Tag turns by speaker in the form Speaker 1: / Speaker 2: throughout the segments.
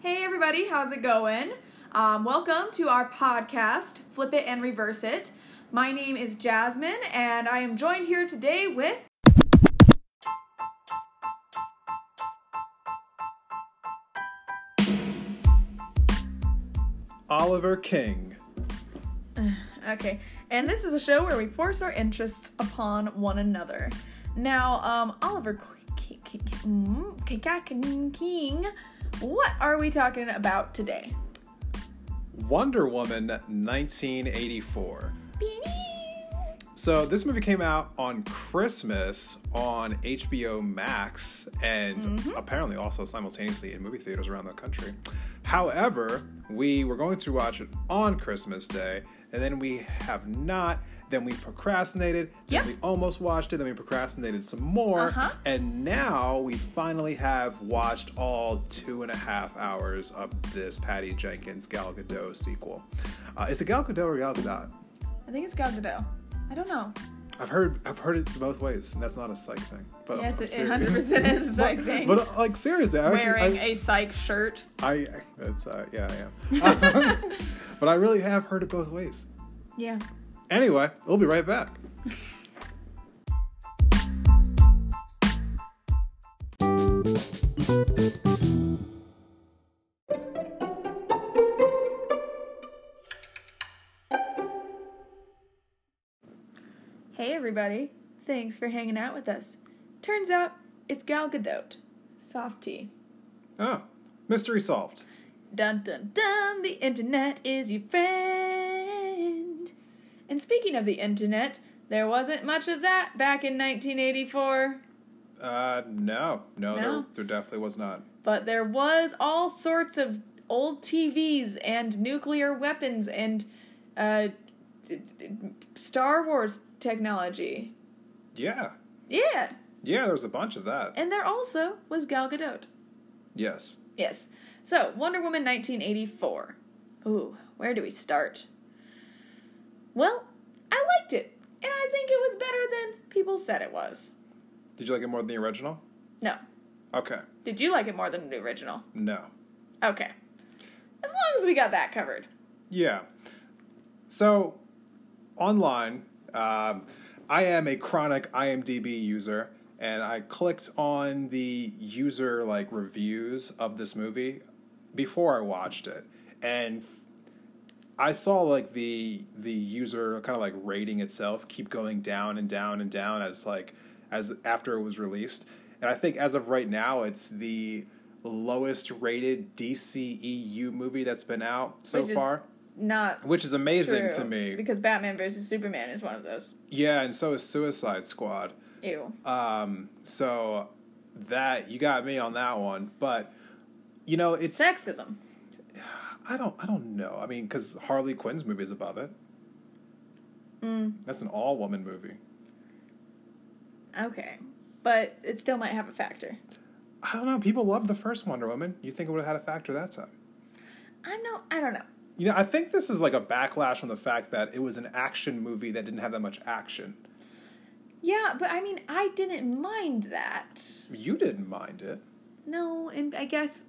Speaker 1: Hey, everybody, how's it going? Um, welcome to our podcast, Flip It and Reverse It. My name is Jasmine, and I am joined here today with.
Speaker 2: Oliver King.
Speaker 1: Okay, and this is a show where we force our interests upon one another. Now, um, Oliver Qu- K- K- K- mm, K- K- K- King, what are we talking about today?
Speaker 2: Wonder Woman 1984. So this movie came out on Christmas on HBO Max and apparently also simultaneously in movie theaters around the country. However, we were going to watch it on Christmas Day and then we have not. Then we procrastinated.
Speaker 1: Yep.
Speaker 2: Then we almost watched it. Then we procrastinated some more.
Speaker 1: Uh-huh.
Speaker 2: And now we finally have watched all two and a half hours of this Patty Jenkins Gal Gadot sequel. Uh, is it Gal Gadot or Gal Gadot?
Speaker 1: I think it's Gal Gadot. I don't know.
Speaker 2: I've heard I've heard it both ways, and that's not a psych thing. But
Speaker 1: Yes,
Speaker 2: I'm
Speaker 1: it- it
Speaker 2: serious.
Speaker 1: 100% is a psych
Speaker 2: But-
Speaker 1: thing.
Speaker 2: But uh, like seriously, I actually-
Speaker 1: Wearing
Speaker 2: I,
Speaker 1: a psych shirt.
Speaker 2: I that's uh, yeah I am. but I really have heard it both ways.
Speaker 1: Yeah.
Speaker 2: Anyway, we'll be right back.
Speaker 1: Hey everybody, thanks for hanging out with us. Turns out it's Gal Gadot. Soft tea.
Speaker 2: Oh, mystery solved.
Speaker 1: Dun dun dun, the internet is your friend. And speaking of the internet, there wasn't much of that back in 1984,
Speaker 2: Uh, no, no, There,
Speaker 1: No.
Speaker 2: there definitely was not.
Speaker 1: but there was all sorts of old TVs and nuclear weapons and uh, d- d- Star Wars technology.
Speaker 2: Yeah,
Speaker 1: Yeah,
Speaker 2: yeah, there was a bunch of that.
Speaker 1: and there also was Gal Gadot.
Speaker 2: Yes.
Speaker 1: Yes. So, Wonder Woman 1984. Ooh, where do we start? Well, I liked it, and I think it was better than people said it was.
Speaker 2: Did you like it more than the original?
Speaker 1: No.
Speaker 2: Okay.
Speaker 1: Did you like it more than the original?
Speaker 2: No.
Speaker 1: Okay. As long as we got that covered.
Speaker 2: Yeah. So, online, um, I am a chronic IMDb user, and I clicked on the user like reviews of this movie before I watched it, and I saw like the the user kind of like rating itself keep going down and down and down as like as after it was released. And I think as of right now it's the lowest rated DCEU movie that's been out so
Speaker 1: Which is
Speaker 2: far,
Speaker 1: Not
Speaker 2: which is amazing
Speaker 1: true,
Speaker 2: to me.
Speaker 1: Because Batman versus Superman is one of those.
Speaker 2: Yeah, and so is Suicide Squad.
Speaker 1: Ew.
Speaker 2: Um so that you got me on that one, but you know, it's
Speaker 1: Sexism.
Speaker 2: I don't I don't know. I mean, cuz Harley Quinn's movie is above it.
Speaker 1: Mm.
Speaker 2: That's an all-woman movie.
Speaker 1: Okay. But it still might have a factor.
Speaker 2: I don't know. People loved the first Wonder Woman. You think it would have had a factor that time?
Speaker 1: I know. I don't know.
Speaker 2: You know, I think this is like a backlash on the fact that it was an action movie that didn't have that much action.
Speaker 1: Yeah, but I mean, I didn't mind that.
Speaker 2: You didn't mind it.
Speaker 1: No, and I guess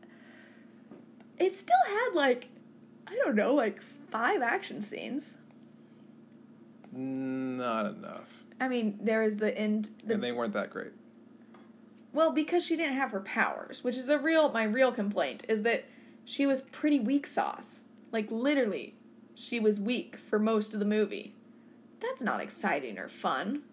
Speaker 1: it still had like I don't know, like five action scenes.
Speaker 2: Not enough.
Speaker 1: I mean, there is the end. The,
Speaker 2: and they weren't that great.
Speaker 1: well, because she didn't have her powers, which is the real my real complaint is that she was pretty weak sauce. Like literally, she was weak for most of the movie. That's not exciting or fun.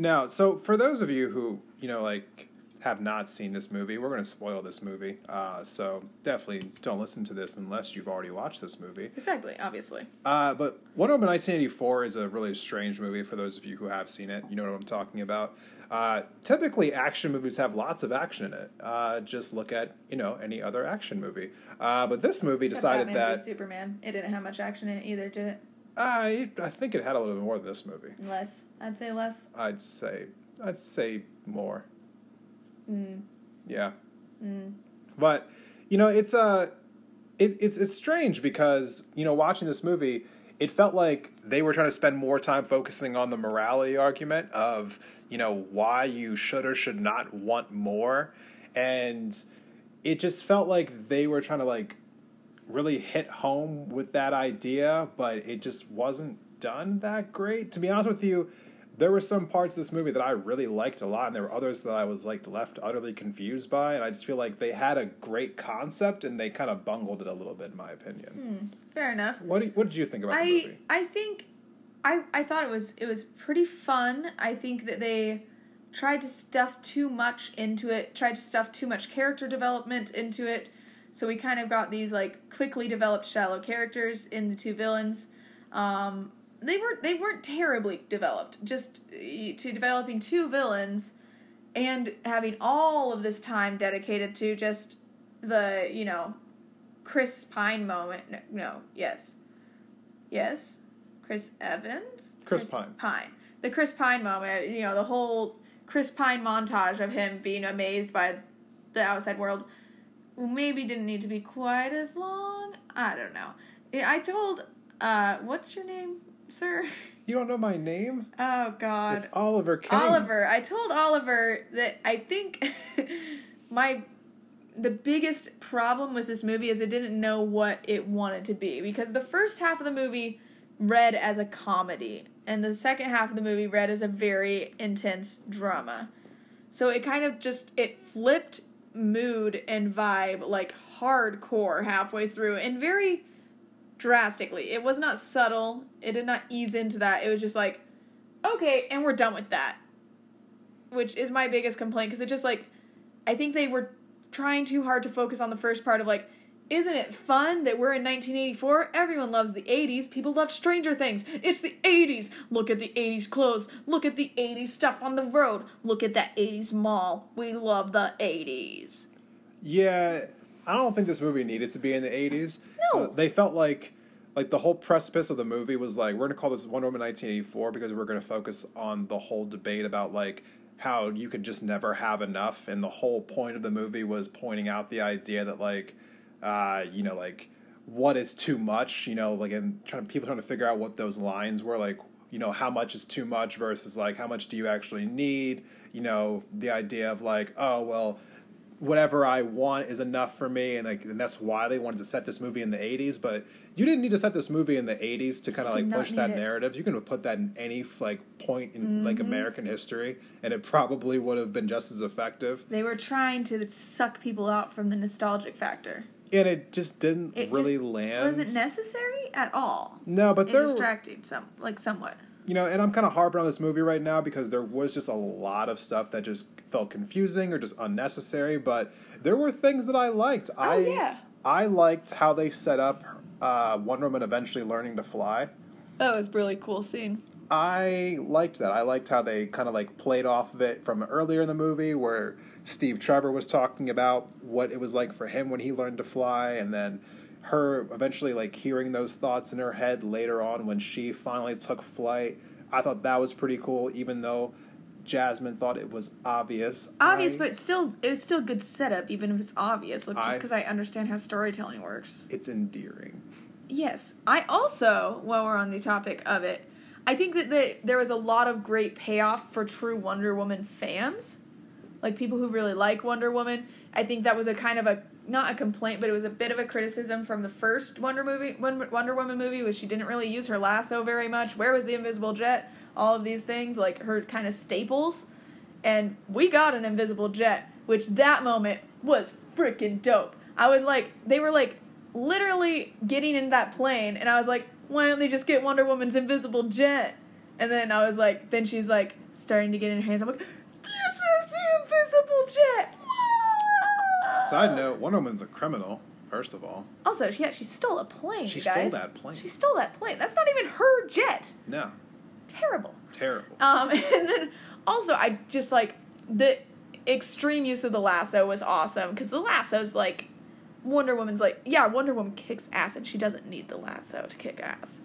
Speaker 2: No, so for those of you who, you know, like have not seen this movie, we're going to spoil this movie. Uh, so definitely don't listen to this unless you've already watched this movie.
Speaker 1: Exactly, obviously.
Speaker 2: Uh, but Wonder Woman 1984 is a really strange movie for those of you who have seen it. You know what I'm talking about. Uh, typically, action movies have lots of action in it. Uh, just look at you know any other action movie. Uh, but this movie decided that
Speaker 1: Superman. It didn't have much action in it either, did it?
Speaker 2: I I think it had a little bit more than this movie.
Speaker 1: Less, I'd say less.
Speaker 2: I'd say I'd say more. Yeah. But you know, it's uh, it, it's it's strange because you know, watching this movie, it felt like they were trying to spend more time focusing on the morality argument of you know why you should or should not want more, and it just felt like they were trying to like really hit home with that idea, but it just wasn't done that great. To be honest with you, there were some parts of this movie that I really liked a lot, and there were others that I was like left utterly confused by. And I just feel like they had a great concept and they kind of bungled it a little bit, in my opinion.
Speaker 1: Fair enough.
Speaker 2: What, do you- what did you think about the
Speaker 1: Hmm. I
Speaker 2: movie?
Speaker 1: I think I I thought it was it was pretty fun. I think that they tried to stuff too much into it, tried to stuff too much character development into it. So we kind of got these like quickly developed shallow characters in the two villains. Um they weren't they weren't terribly developed. Just uh, to developing two villains and having all of this time dedicated to just the, you know, Chris Pine moment. No, no yes. Yes, Chris Evans.
Speaker 2: Chris Pine.
Speaker 1: Pine. The Chris Pine moment. You know, the whole Chris Pine montage of him being amazed by the outside world. Maybe didn't need to be quite as long. I don't know. Yeah, I told. Uh, what's your name, sir?
Speaker 2: You don't know my name?
Speaker 1: Oh God,
Speaker 2: It's Oliver King.
Speaker 1: Oliver. I told Oliver that I think my the biggest problem with this movie is it didn't know what it wanted to be because the first half of the movie read as a comedy and the second half of the movie read as a very intense drama. So it kind of just it flipped mood and vibe like hardcore halfway through and very drastically. It was not subtle. It did not ease into that. It was just like okay, and we're done with that. Which is my biggest complaint because it just like I think they were trying too hard to focus on the first part of like isn't it fun that we're in 1984? Everyone loves the 80s. People love Stranger Things. It's the 80s. Look at the 80s clothes. Look at the 80s stuff on the road. Look at that 80s mall. We love the 80s.
Speaker 2: Yeah, I don't think this movie needed to be in the eighties. Uh,
Speaker 1: No.
Speaker 2: they felt like like the whole precipice of the movie was like we're gonna call this Wonder Woman nineteen eighty four because we're gonna focus on the whole debate about like how you could just never have enough, and the whole point of the movie was pointing out the idea that like uh, you know like what is too much, you know, like and trying people trying to figure out what those lines were like. You know how much is too much versus like how much do you actually need? You know the idea of like oh well whatever I want is enough for me, and like, and that's why they wanted to set this movie in the '80s. But you didn't need to set this movie in the '80s to kind of
Speaker 1: did
Speaker 2: like
Speaker 1: not
Speaker 2: push that
Speaker 1: need it. Mm-hmm.
Speaker 2: narrative. You can put that in any like point in like American history, and it probably would have been just as effective.
Speaker 1: They were trying to suck people out from the nostalgic factor.
Speaker 2: And it just didn't
Speaker 1: It
Speaker 2: really
Speaker 1: just
Speaker 2: land.
Speaker 1: wasn't necessary at all.
Speaker 2: No, but
Speaker 1: It
Speaker 2: there,
Speaker 1: distracted some, like somewhat.
Speaker 2: you know, and I'm kind of harping on this movie right now because there was just a lot of stuff that just felt confusing or just unnecessary. But there were things that I liked. I
Speaker 1: yeah.
Speaker 2: I liked how they set up uh, Wonder Woman eventually learning to fly.
Speaker 1: That was a really cool scene.
Speaker 2: I liked that. I liked how they kind of like played off of it from earlier in the movie where Steve Trevor was talking about what it was like for him when he learned to fly and then her eventually like hearing those thoughts in her head later on when she finally took flight. I thought that was pretty cool even though Jasmine thought it was obvious.
Speaker 1: Obvious,
Speaker 2: I-
Speaker 1: but still, it was still good setup, even if it's obvious. Like, just
Speaker 2: I-
Speaker 1: because I understand how storytelling works.
Speaker 2: it's endearing.
Speaker 1: Yes, I also, while we're on the topic of it, I think that the, there was a lot of great payoff for true Wonder Woman fans, like people who really like Wonder Woman. I think that was a kind of a not a complaint, but it was a bit of a criticism from the first Wonder movie, Won- Wonder Woman movie, was she didn't really use her lasso very much. Where was the invisible jet? All of these things, like her kind of staples, and we got an invisible jet, which that moment was freaking dope. I was like, they were like literally getting in that plane, and I was like, why don't they just get Wonder Woman's invisible jet? And then I was like, then she's like starting to get in her hands. I'm like, this is the invisible jet. Wow!
Speaker 2: Side note, Wonder Woman's a criminal, first of all.
Speaker 1: Also, she yeah, she stole a plane.
Speaker 2: She
Speaker 1: guys.
Speaker 2: stole that plane.
Speaker 1: She stole that plane. That's not even her jet.
Speaker 2: No,
Speaker 1: Terrible.
Speaker 2: terrible.
Speaker 1: Um, and then also, I just like the extreme use of the lasso was awesome because the lasso's like Wonder Woman's like, yeah, Wonder Woman kicks ass and she doesn't need the lasso to kick ass,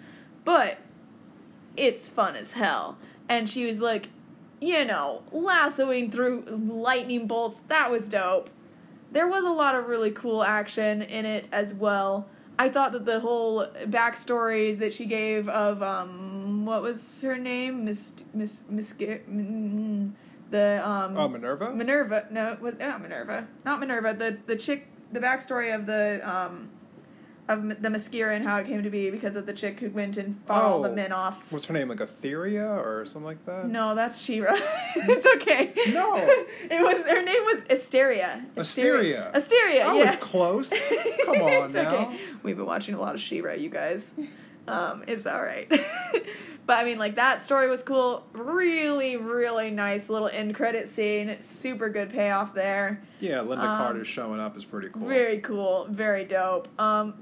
Speaker 1: but it's fun as hell. And she was like, you know, lassoing through lightning bolts, that was dope. There was a lot of really cool action in it as well. I thought that the whole backstory that she gave of um what was her name Miss Miss Miss the um
Speaker 2: Oh, Minerva?
Speaker 1: Minerva. No, it was not Minerva. Not Minerva. The the chick. The backstory of the um of M- the mascara and how it came to be because of the chick who went and fought all the
Speaker 2: Oh.
Speaker 1: men off.
Speaker 2: What's her name? Like Etheria or something like that?
Speaker 1: No, that's Shira. it's okay.
Speaker 2: No.
Speaker 1: it was her name was Asteria.
Speaker 2: Asteria.
Speaker 1: Asteria.
Speaker 2: I
Speaker 1: yeah.
Speaker 2: was close. Come on
Speaker 1: it's
Speaker 2: now.
Speaker 1: okay. We've been watching a lot of Shira, you guys. Um, it's all right. but I mean, like that story was cool. Really, really nice little end credit scene. Super good payoff there.
Speaker 2: Yeah, Linda
Speaker 1: Um,
Speaker 2: Carter showing up is pretty cool.
Speaker 1: Very cool. Very dope. Um,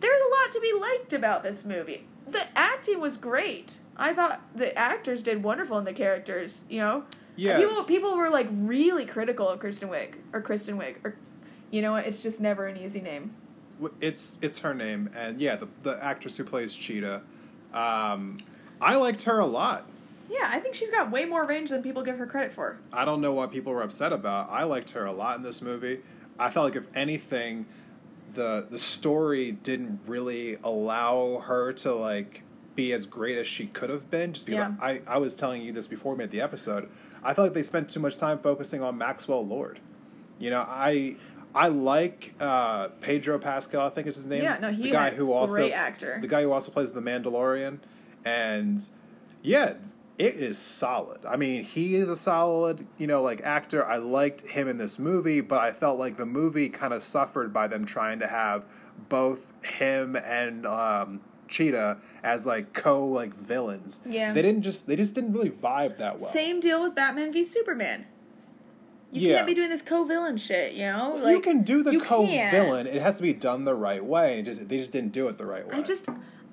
Speaker 1: there's a lot to be liked about this movie. The acting was great. I thought the actors did wonderful in the characters. You know,
Speaker 2: Yeah.
Speaker 1: People people were like really critical of Kristen Wiig or Kristen Wiig or, you know, what, it's just never an easy name.
Speaker 2: It's it's her name, and yeah, the the actress who plays Cheetah. Um, I liked her a lot.
Speaker 1: Yeah, I think she's got way more range than people give her credit for.
Speaker 2: I don't know what people were upset about. I liked her a lot in this movie. I felt like if anything, the the story didn't really allow her to like be as great as she could have been. Just because
Speaker 1: Yeah.
Speaker 2: I, I was telling you this before we made the episode. I felt like they spent too much time focusing on Maxwell Lord. You know, I I like uh, Pedro Pascal. I think is his name.
Speaker 1: Yeah, no, he
Speaker 2: the guy
Speaker 1: is
Speaker 2: who
Speaker 1: a
Speaker 2: also
Speaker 1: great actor.
Speaker 2: the guy who also plays the Mandalorian, and yeah, it is solid. I mean, he is a solid, you know, like actor. I liked him in this movie, but I felt like the movie kind of suffered by them trying to have both him and um, Cheetah as like co like villains.
Speaker 1: Yeah.
Speaker 2: they didn't just they just didn't really vibe that well.
Speaker 1: Same deal with Batman v Superman. You
Speaker 2: Yeah.
Speaker 1: can't be doing this co-villain shit, you know.
Speaker 2: you can do the
Speaker 1: you
Speaker 2: co
Speaker 1: can.
Speaker 2: villain. It has to be done the right way. It just they just didn't do it the right way.
Speaker 1: I just,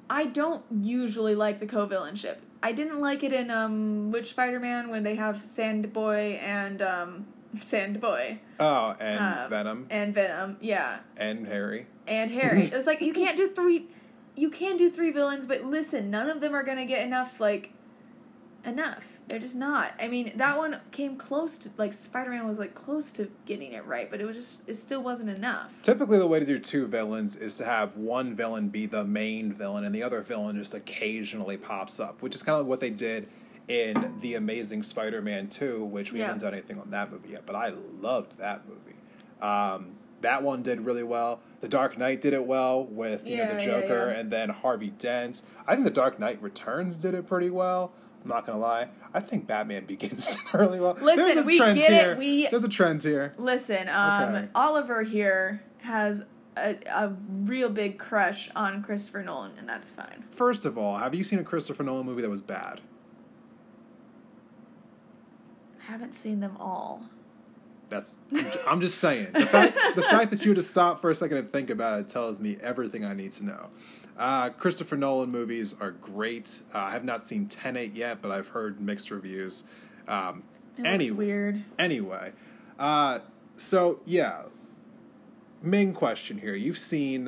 Speaker 1: I don't usually like the co-villain ship. I didn't like it in um, which Spider-Man when they have Sand Boy and um, Sand Boy
Speaker 2: oh, and
Speaker 1: uh,
Speaker 2: Venom
Speaker 1: and Venom. Yeah,
Speaker 2: and Harry.
Speaker 1: and Harry. it's like you can't do three. You can do three villains, but listen, none of them are gonna get enough. Like, enough. They're just not. I mean, that one came close to like Spider-Man was like close to getting it right, but it was just it still wasn't enough.
Speaker 2: Typically, the way to do two villains is to have one villain be the main villain, and the other villain just occasionally pops up, which is kind of what they did in the Amazing Spider-Man Two, which we
Speaker 1: Yeah.
Speaker 2: haven't done anything on that movie yet. But I loved that movie. Um, that one did really well. The Dark Knight did it well with you know the
Speaker 1: Yeah, yeah,
Speaker 2: Joker
Speaker 1: yeah.
Speaker 2: and then Harvey Dent. I think the Dark Knight Returns did it pretty well. I'm not gonna lie. I think Batman Begins did it really well.
Speaker 1: Listen,
Speaker 2: There's a
Speaker 1: we
Speaker 2: trend
Speaker 1: get it.
Speaker 2: here.
Speaker 1: We-
Speaker 2: there's a trend here.
Speaker 1: Listen, um,
Speaker 2: Okay.
Speaker 1: Oliver here has a, a real big crush on Christopher Nolan, and that's fine.
Speaker 2: First of all, have you seen a Christopher Nolan movie that was bad?
Speaker 1: I haven't seen them all.
Speaker 2: That's I'm ju- I'm just saying. The fact, the fact that you would have stopped for a second and think about it tells me everything I need to know. Uh, Christopher Nolan movies are great. Uh, I have not seen Tenet yet, but I've heard mixed reviews. Um,
Speaker 1: It
Speaker 2: any-
Speaker 1: looks weird.
Speaker 2: Anyway, uh, so yeah, main question here. You've seen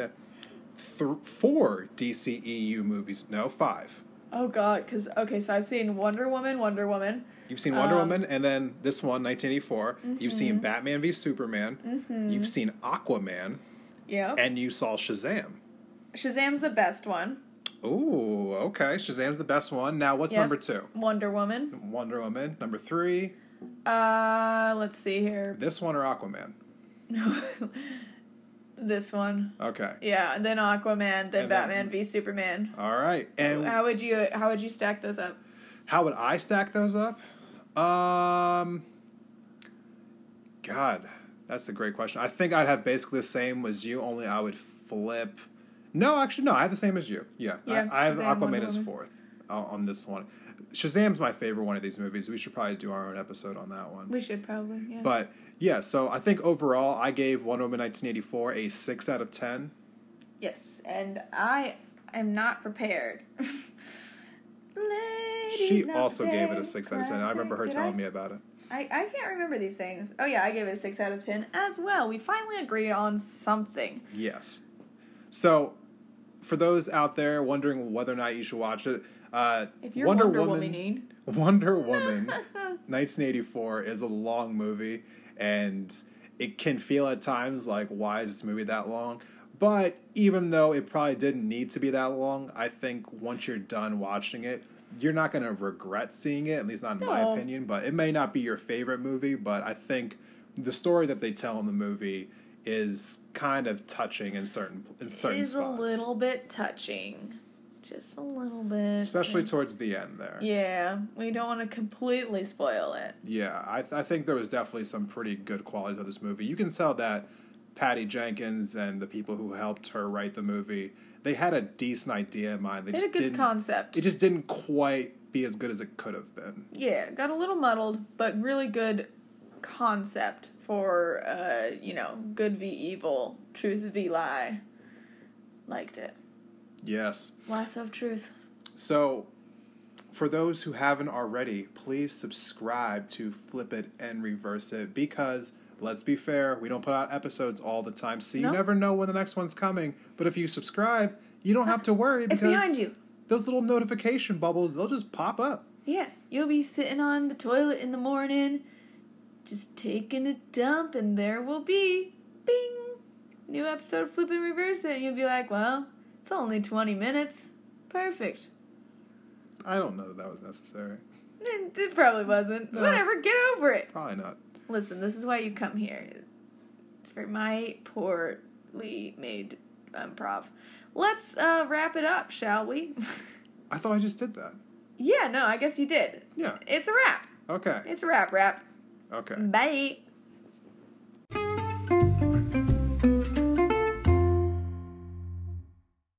Speaker 2: th- four DCEU movies. No, five.
Speaker 1: Oh God, because okay, so I've seen Wonder Woman, Wonder Woman.
Speaker 2: You've seen Wonder
Speaker 1: Um,
Speaker 2: Woman, and then this one, 1984. You've seen Batman v Superman. You've seen Aquaman,
Speaker 1: Yeah,
Speaker 2: and you saw Shazam.
Speaker 1: Shazam's the best one.
Speaker 2: Ooh, okay. Shazam's the best one. Now, what's
Speaker 1: Yep.
Speaker 2: number two?
Speaker 1: Wonder Woman.
Speaker 2: Wonder Woman. Number three,
Speaker 1: Uh, let's see here.
Speaker 2: this one or Aquaman?
Speaker 1: this one.
Speaker 2: Okay.
Speaker 1: Yeah, and then Aquaman, then
Speaker 2: And then-
Speaker 1: Batman v Superman.
Speaker 2: All right. And
Speaker 1: How would you how would you stack those up?
Speaker 2: how would I stack those up? Um, God, that's a great question. I think I'd have basically the same as you, only I would flip. No, actually, no, I have the same as you. Yeah,
Speaker 1: Yeah,
Speaker 2: I, I have
Speaker 1: Shazam, Wonder
Speaker 2: Aquaman as
Speaker 1: Woman.
Speaker 2: fourth uh, on this one. Shazam's my favorite one of these movies. We should probably do our own episode on that one.
Speaker 1: We should probably. Yeah.
Speaker 2: But yeah, so I think overall, I gave Wonder Woman 1984 a six out of ten.
Speaker 1: Yes, and I am not prepared. Ladies
Speaker 2: She
Speaker 1: not
Speaker 2: also gave it a
Speaker 1: prepared.
Speaker 2: six out of ten. I remember her
Speaker 1: Did
Speaker 2: telling
Speaker 1: I?
Speaker 2: me about it.
Speaker 1: I, I can't remember these things. Oh, yeah, I gave it a 6 out of 10 as well. We finally agreed on something.
Speaker 2: Yes. So, for those out there wondering whether or not you should watch it, uh,
Speaker 1: If you're Wonder, Womaning,
Speaker 2: Wonder Woman 1984 is a long movie and it can feel at times like why is this movie that long? But even though it probably didn't need to be that long, I think once you're done watching it, you're not going to regret seeing it, at least not in my
Speaker 1: No.
Speaker 2: opinion. But it may not be your favorite movie, but I think the story that they tell in the movie is kind of touching in certain in certain
Speaker 1: is
Speaker 2: spots,
Speaker 1: a little bit touching. Just a little bit.
Speaker 2: especially towards the end there.
Speaker 1: Yeah, we don't want to completely spoil it.
Speaker 2: Yeah, I, I think there was definitely some pretty good qualities of this movie. You can tell that Patty Jenkins and the people who helped her write the movie, they had a decent idea in mind. They
Speaker 1: It's a
Speaker 2: just
Speaker 1: good
Speaker 2: didn't.
Speaker 1: concept.
Speaker 2: it just didn't quite be as good as it could have been.
Speaker 1: yeah, got a little muddled, but really good concept for uh, you know, good v evil, truth v lie. Liked it.
Speaker 2: Yes.
Speaker 1: Lasso of truth.
Speaker 2: So, for those who haven't already, please subscribe to Flip It and Reverse It because, let's be fair, we don't put out episodes all the time, so you
Speaker 1: No.
Speaker 2: never know when the next one's coming. But if you subscribe, you don't have to worry
Speaker 1: It's
Speaker 2: because
Speaker 1: behind you.
Speaker 2: those little notification bubbles, they'll just pop up.
Speaker 1: Yeah, you'll be sitting on the toilet in the morning, just taking a dump, and there will be, bing, new episode of Flip and Reverse It. And you'll be like, well, it's only 20 minutes. Perfect.
Speaker 2: I don't know that that was necessary.
Speaker 1: And It probably wasn't.
Speaker 2: No.
Speaker 1: Whatever, get over it.
Speaker 2: Probably not.
Speaker 1: Listen, this is why you come here. It's for my poorly made improv. Let's uh, wrap it up, shall we?
Speaker 2: I thought I just did that.
Speaker 1: yeah, no, I guess you did.
Speaker 2: Yeah.
Speaker 1: It's a wrap.
Speaker 2: Okay.
Speaker 1: It's a wrap, wrap.
Speaker 2: Okay.
Speaker 1: Bye.